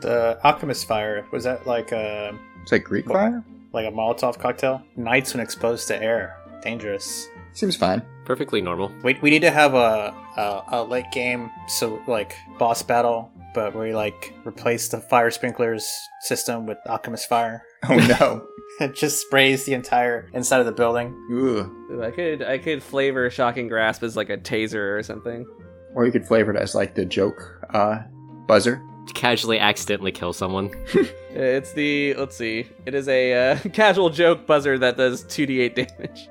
The alchemist fire was that like a It's like Greek Well- fire? like a Molotov cocktail? Nights when exposed to air, dangerous. Seems fine. Perfectly normal. We, we need to have a, a a late game so like boss battle, but we like replace the fire sprinklers system with alchemist fire. Oh no. It just sprays the entire inside of the building. Ugh. Ooh, I could I could flavor shocking grasp as like a taser or something. Or you could flavor it as like the joke uh, buzzer. Casually accidentally kill someone. Uh, It's the let's see. It is a uh, casual joke buzzer that does two d eight damage.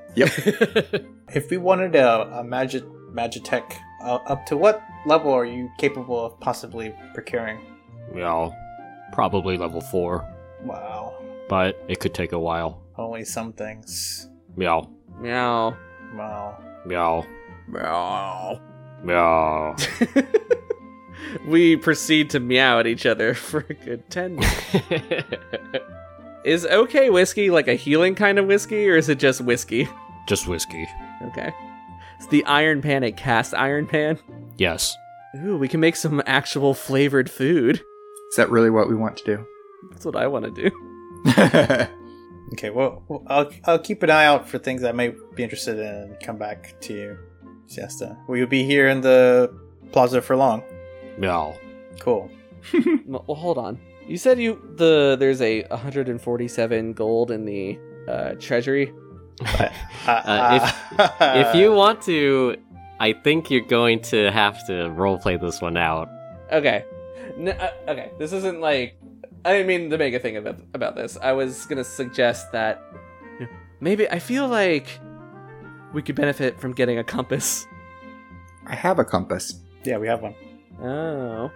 If we wanted a, a magic magitech, uh, up to what level are you capable of possibly procuring? Meow. Probably level 4, Wow, but it could take a while. only some things. Meow. Meow. Wow. Meow. Meow. Meow. we proceed to meow at each other for a good ten. minutes. is okay whiskey like a healing kind of whiskey or is it just whiskey? Just whiskey. Okay. It's the Iron Pan, a cast Iron Pan. Yes. Ooh, we can make some actual flavored food. Is that really what we want to do? That's what I want to do. Okay, well, well, I'll, I'll keep an eye out for things I may be interested in and come back to you, Siesta. Will you be here in the plaza for long? Meow. Cool. M- Well, hold on. You said you the there's a 147 gold in the uh, treasury. Uh, if you want to, I think you're going to have to roleplay this one out. Okay, N- uh, okay. This isn't like I didn't mean to make a thing about about this. I was gonna suggest that you know, maybe I feel like we could benefit from getting a compass. I have a compass. yeah, we have one. Oh.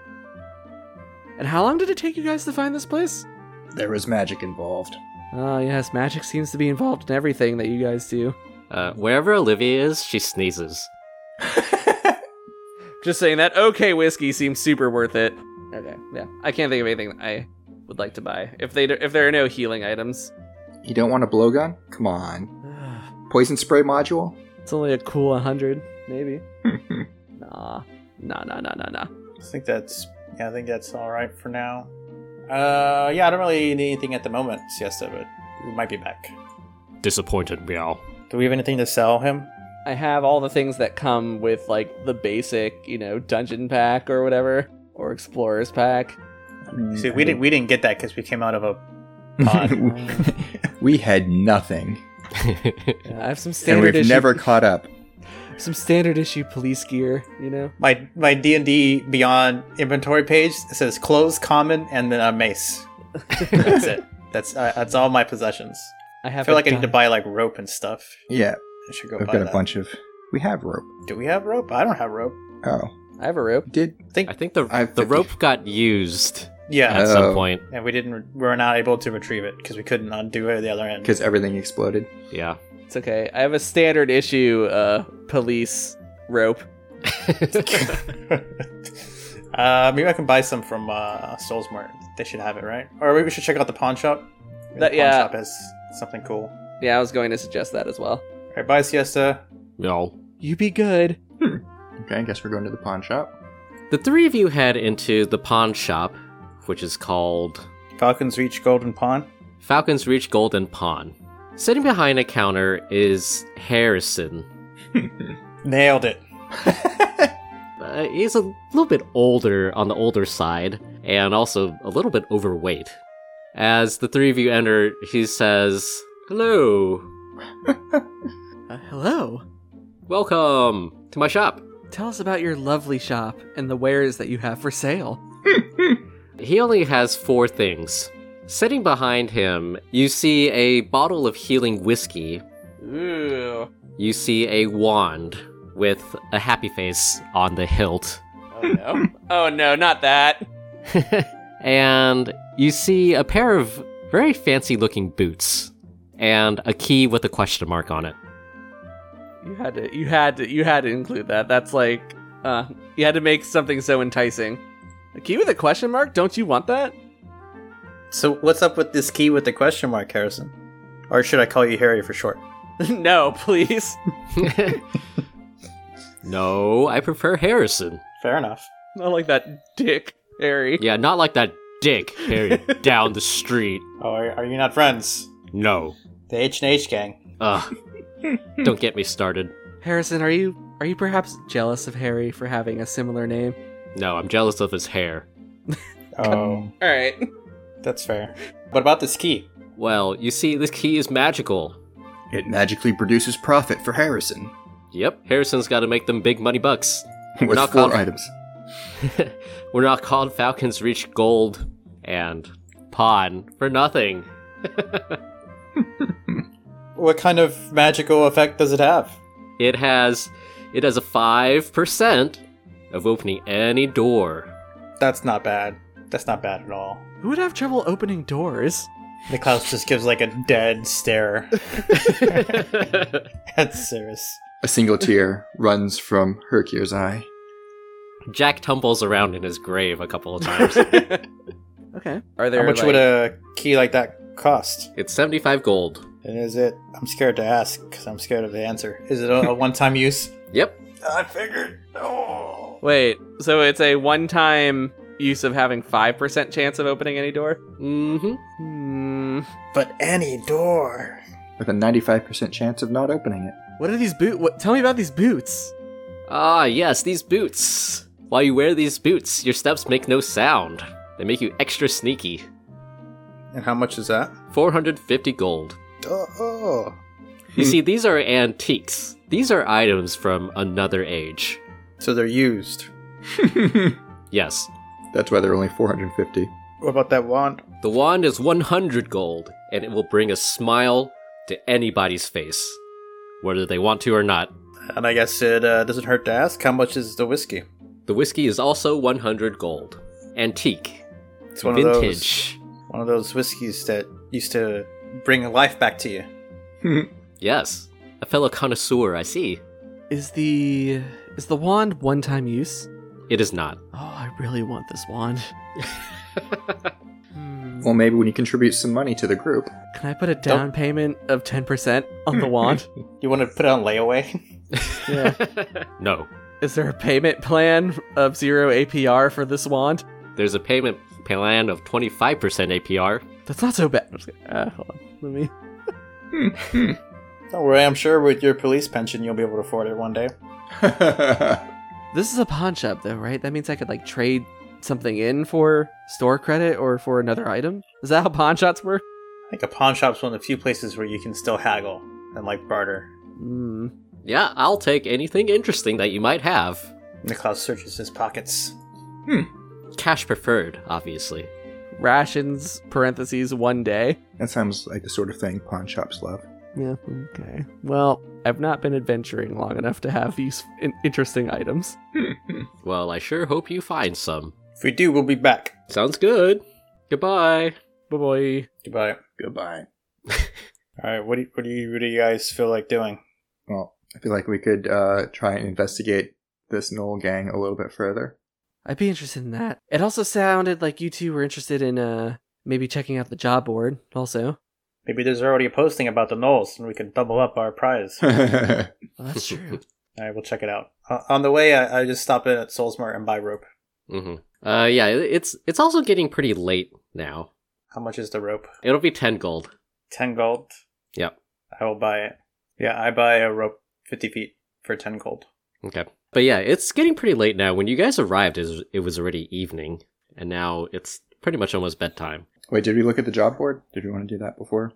And how long did it take you guys to find this place? There was magic involved. Ah, yes, magic seems to be involved in everything that you guys do. Uh, wherever Olivia is, she sneezes. Just saying that okay whiskey seems super worth it. Okay, yeah. I can't think of anything I would like to buy if they if there are no healing items. You don't want a blowgun? Come on. Poison spray module? It's only a cool 100, maybe. Nah, nah, nah, nah, nah, nah. I think that's yeah. I think that's all right for now. Uh, yeah, I don't really need anything at the moment, Siesta, but we might be back. Disappointed Meow. Do we have anything to sell him? I have all the things that come with like the basic, you know, dungeon pack or whatever, or explorer's pack. See, we didn't we didn't get that because we came out of a pod. we had nothing, Yeah, I have some and standard we've issue, never caught up. some standard issue police gear, you know. my my D and D Beyond inventory page says clothes, common, and then a mace. That's it. That's uh, that's all my possessions. I I have feel a like I need to di- buy like rope and stuff. Yeah, I should go I've buy got a that. bunch of. We have rope. Do we have rope? I don't have rope. Oh, I have a rope. did I think the I the think- rope got used Yeah, at some Oh. point. and we didn't. re- We were not able to retrieve it because we couldn't undo it at the other end. because everything exploded. Yeah. It's okay. I have a standard issue uh police rope. uh, maybe I can buy some from uh, Soulsmart. They should have it, right? Or maybe we should check out the pawn shop. Maybe That- the pawn yeah. shop has something cool. Yeah, I was going to suggest that as well. All right, bye, Siesta. No. You be good. Okay, I guess we're going to the pawn shop. The three of you head into the pawn shop, which is called Falcons Reach Golden Pawn. Falcon's Reach Golden Pawn. Sitting behind a counter is Harrison. Nailed it. Uh, he's a little bit older on the older side, and also a little bit overweight. As the three of you enter, he says, "Hello, Uh, hello. welcome to my shop." Tell us about your lovely shop and the wares that you have for sale. He only has four things. Sitting behind him, you see a bottle of healing whiskey. Ooh. You see a wand with a happy face on the hilt. Oh no. oh no, not that. and you see a pair of very fancy looking boots and a key with a question mark on it. You had to you had to you had to include that. That's like uh you had to make something so enticing. A key with a question mark? Don't you want that? So what's up with this key with the question mark, Harrison? Or should I call you Harry for short? no, please. no, I prefer Harrison. Fair enough. Not like that dick, Harry. Yeah, not like that dick Harry down the street. Oh, are, are you not friends? No. The H and H gang. Ugh. Don't get me started. Harrison, are you are you perhaps jealous of Harry for having a similar name? No, I'm jealous of his hair. Oh, All right. that's fair. What about this key? Well, you see, this key is magical. It magically produces profit for Harrison Yep, Harrison's got to make them big money bucks. with Knock four off. items. We're not called Falcons Reach Gold and Pawn for nothing. What kind of magical effect does it have? It has it has a five percent of opening any door. That's not bad. That's not bad at all. Who would have trouble opening doors? Klaus just gives like a dead stare at Cirrus. A single tear runs from Hercule's eye. Jack tumbles around in his grave a couple of times. Okay. Are there How much like- would a key like that cost? it's seventy five gold. And is it? I'm scared to ask because I'm scared of the answer. Is it a, a one-time use? Yep. I figured. Oh. Wait, so it's a one-time use of having 5% chance of opening any door? Mm-hmm. Hmm. But any door. With a 95% chance of not opening it. What are these boot? What? Tell me about these boots. Ah, yes, these boots. While you wear these boots, your steps make no sound. They make you extra sneaky. And how much is that? Four hundred fifty gold. Oh. You see, these are antiques. These are items from another age. So they're used. Yes. That's why they're only 450. What about that wand? The wand is 100 gold, and it will bring a smile to anybody's face, whether they want to or not. And I guess it uh, doesn't hurt to ask how much is the whiskey? The whiskey is also 100 gold. Antique. It's one of those. vintage. One of those whiskeys that used to bring life back to you. Yes, a fellow connoisseur, I see. Is the is the wand one time use? It is not. Oh, I really want this wand. Hmm. Well, maybe when you contribute some money to the group. Can I put a down payment of ten percent on the wand? You want to put it on layaway? yeah. No, Is there a payment plan of zero APR for this wand? there's a payment plan of 25% APR. That's not so bad. I'm just gonna- Uh, hold on. Let me. Don't worry, I'm sure with your police pension you'll be able to afford it one day. This is a pawn shop, though, right? That means I could like trade something in for store credit or for another item. Is that how pawn shops work? I think a pawn shop's one of the few places where you can still haggle and like barter. Hmm. Yeah, I'll take anything interesting that you might have. Niklaus searches his pockets. Cash preferred, obviously. Rations parentheses one day. that sounds like the sort of thing pawn shops love. Yeah. Okay. Well, I've not been adventuring long enough to have these in- interesting items. Well, I sure hope you find some. If we do, we'll be back. Sounds good. Goodbye. Bye bye. Goodbye. Goodbye. All right, what do you, what do you what do you guys feel like doing? Well, I feel like we could uh, try and investigate this Knoll gang a little bit further. I'd be interested in that. It also sounded like you two were interested in uh maybe checking out the job board also. Maybe there's already a posting about the Knolls, and we can double up our prize. All Well, that's true. right, we'll check it out. Uh, on the way, I, I just stop in at Soulsmart and buy rope. hmm Uh, yeah, it- it's it's also getting pretty late now. How much is the rope? It'll be ten gold. Ten gold. Yep. I will buy it. Yeah, I buy a rope fifty feet for ten gold. Okay. But yeah, it's getting pretty late now. When you guys arrived, it was, it was already evening, and now it's pretty much almost bedtime. Wait, did we look at the job board? Did we want to do that before?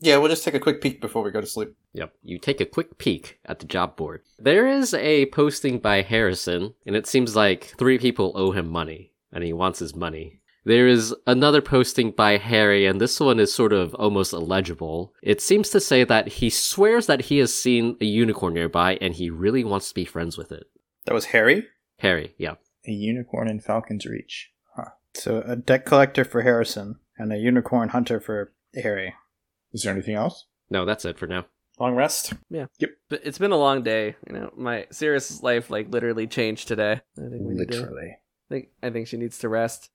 Yeah, we'll just take a quick peek before we go to sleep. Yep. You take a quick peek at the job board. There is a posting by Harrison, and it seems like three people owe him money, and he wants his money. There is another posting by Harry, and this one is sort of almost illegible. It seems to say that he swears that he has seen a unicorn nearby, and he really wants to be friends with it. That was Harry. Harry, yeah. A unicorn in Falcon's Reach. Huh. So a debt collector for Harrison and a unicorn hunter for Harry. Is there anything else? No, that's it for now. Long rest. But it's been a long day. You know, my serious life like literally changed today. I think we need to- Literally. I think I think she needs to rest.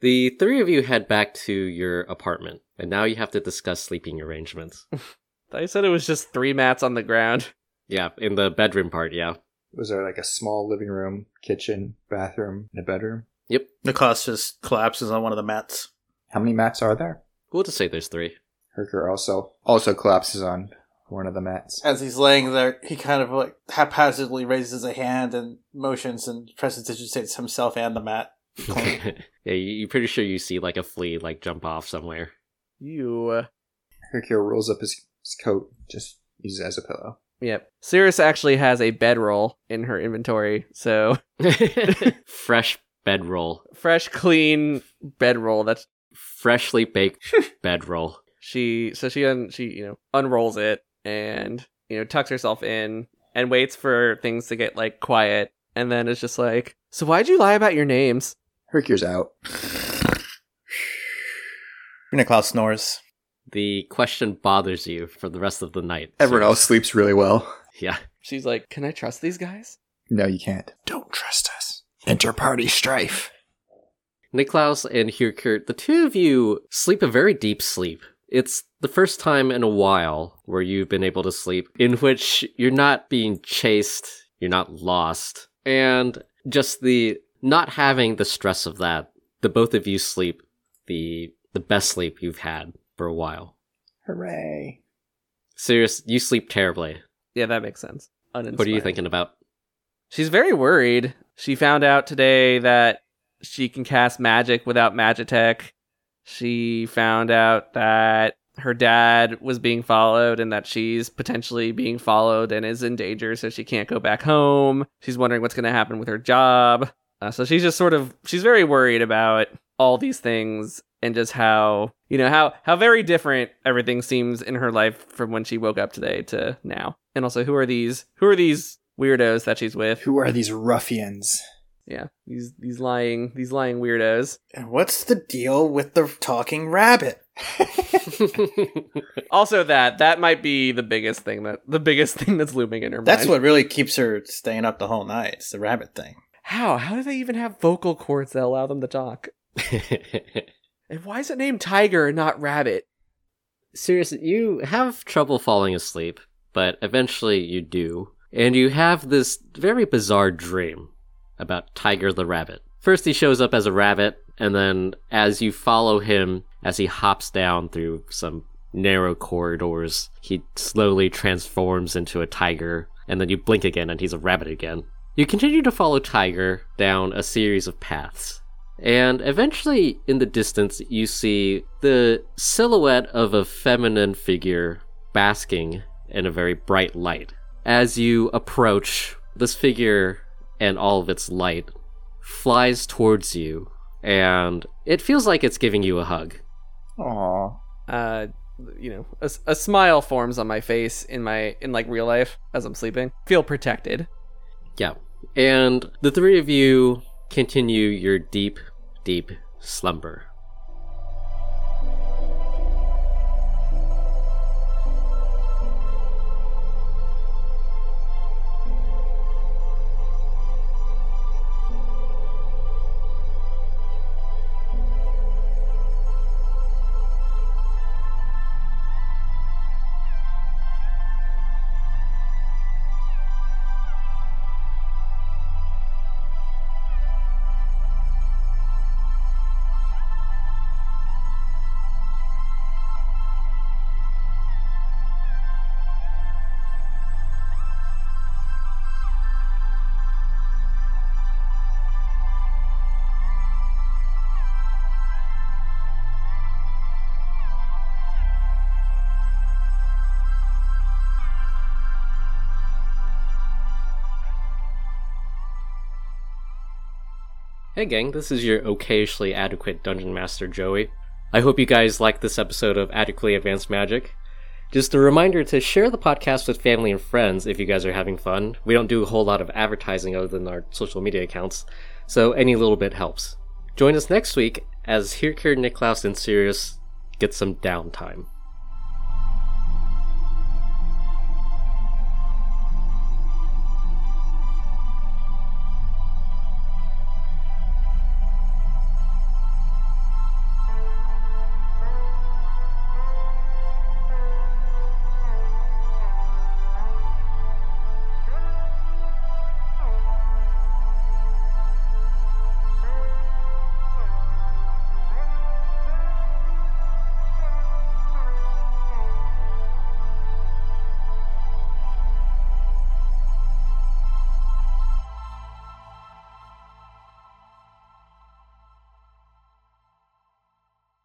The three of you head back to your apartment, and now you have to discuss sleeping arrangements. I said it was just three mats on the ground. yeah, in the bedroom part, yeah. Was there like a small living room, kitchen, bathroom, and a bedroom? Yep. Niklaus just collapses on one of the mats. How many mats are there? We'll just say there's three. Herker also also collapses on one of the mats. As he's laying there, he kind of like haphazardly raises a hand and motions and prestidigitates himself and the mat. yeah, you- you're pretty sure you see like a flea like jump off somewhere. You. Uh, Herker rolls up his, his coat, just uses it as a pillow. yep. Cirrus actually has a bedroll in her inventory, so Fresh bedroll, fresh, clean bedroll. That's freshly baked bedroll. she. So she un, she you know unrolls it and you know tucks herself in and waits for things to get like quiet, and then it's just like, so why'd you lie about your names? Herker's out. Niklaus snores. The question bothers you for the rest of the night. Everyone So- else sleeps really well. Yeah. She's like, can I trust these guys? No, you can't. Don't trust us. Enter party strife. Niklaus and Hirkert, the two of you sleep a very deep sleep. It's the first time in a while where you've been able to sleep in which you're not being chased, you're not lost, and just the not having the stress of that. The both of you sleep the the best sleep you've had for a while. Hooray. Serious, you sleep terribly. Yeah, that makes sense. What are you Uninspiring. thinking about? She's very worried. She found out today that she can cast magic without Magitech. She found out that her dad was being followed and that she's potentially being followed and is in danger, so she can't go back home. She's wondering what's going to happen with her job. Uh, so she's just sort of she's very worried about all these things and just how you know how how very different everything seems in her life from when she woke up today to now. And also, who are these who are these weirdos that she's with? Who are these ruffians? Yeah, these these lying these lying weirdos. And what's the deal with the talking rabbit? Also, that that might be the biggest thing that the biggest thing that's looming in her That's mind. what really keeps her staying up the whole night. It's the rabbit thing. How how do they even have vocal cords that allow them to talk? And why is it named Tiger and not Rabbit? Seriously, you have trouble falling asleep, but eventually you do. And you have this very bizarre dream about Tiger the Rabbit. First, he shows up as a rabbit, and then as you follow him, as he hops down through some narrow corridors, he slowly transforms into a tiger, and then you blink again and he's a rabbit again. You continue to follow Tiger down a series of paths. And eventually, in the distance, you see the silhouette of a feminine figure basking in a very bright light. As you approach, this figure and all of its light flies towards you, and it feels like it's giving you a hug. Aw. Uh, you know, a, s- a smile forms on my face in my in like real life as I'm sleeping. Feel protected. Yeah. And the three of you continue your deep, deep slumber. Hey, gang, this is your okayishly adequate Dungeon Master Joey. I hope you guys liked this episode of Adequately Advanced Magic. Just a reminder to share the podcast with family and friends if you guys are having fun. We don't do a whole lot of advertising other than our social media accounts, so any little bit helps. Join us next week as Hirkir, Niklaus, and Sirius get some downtime.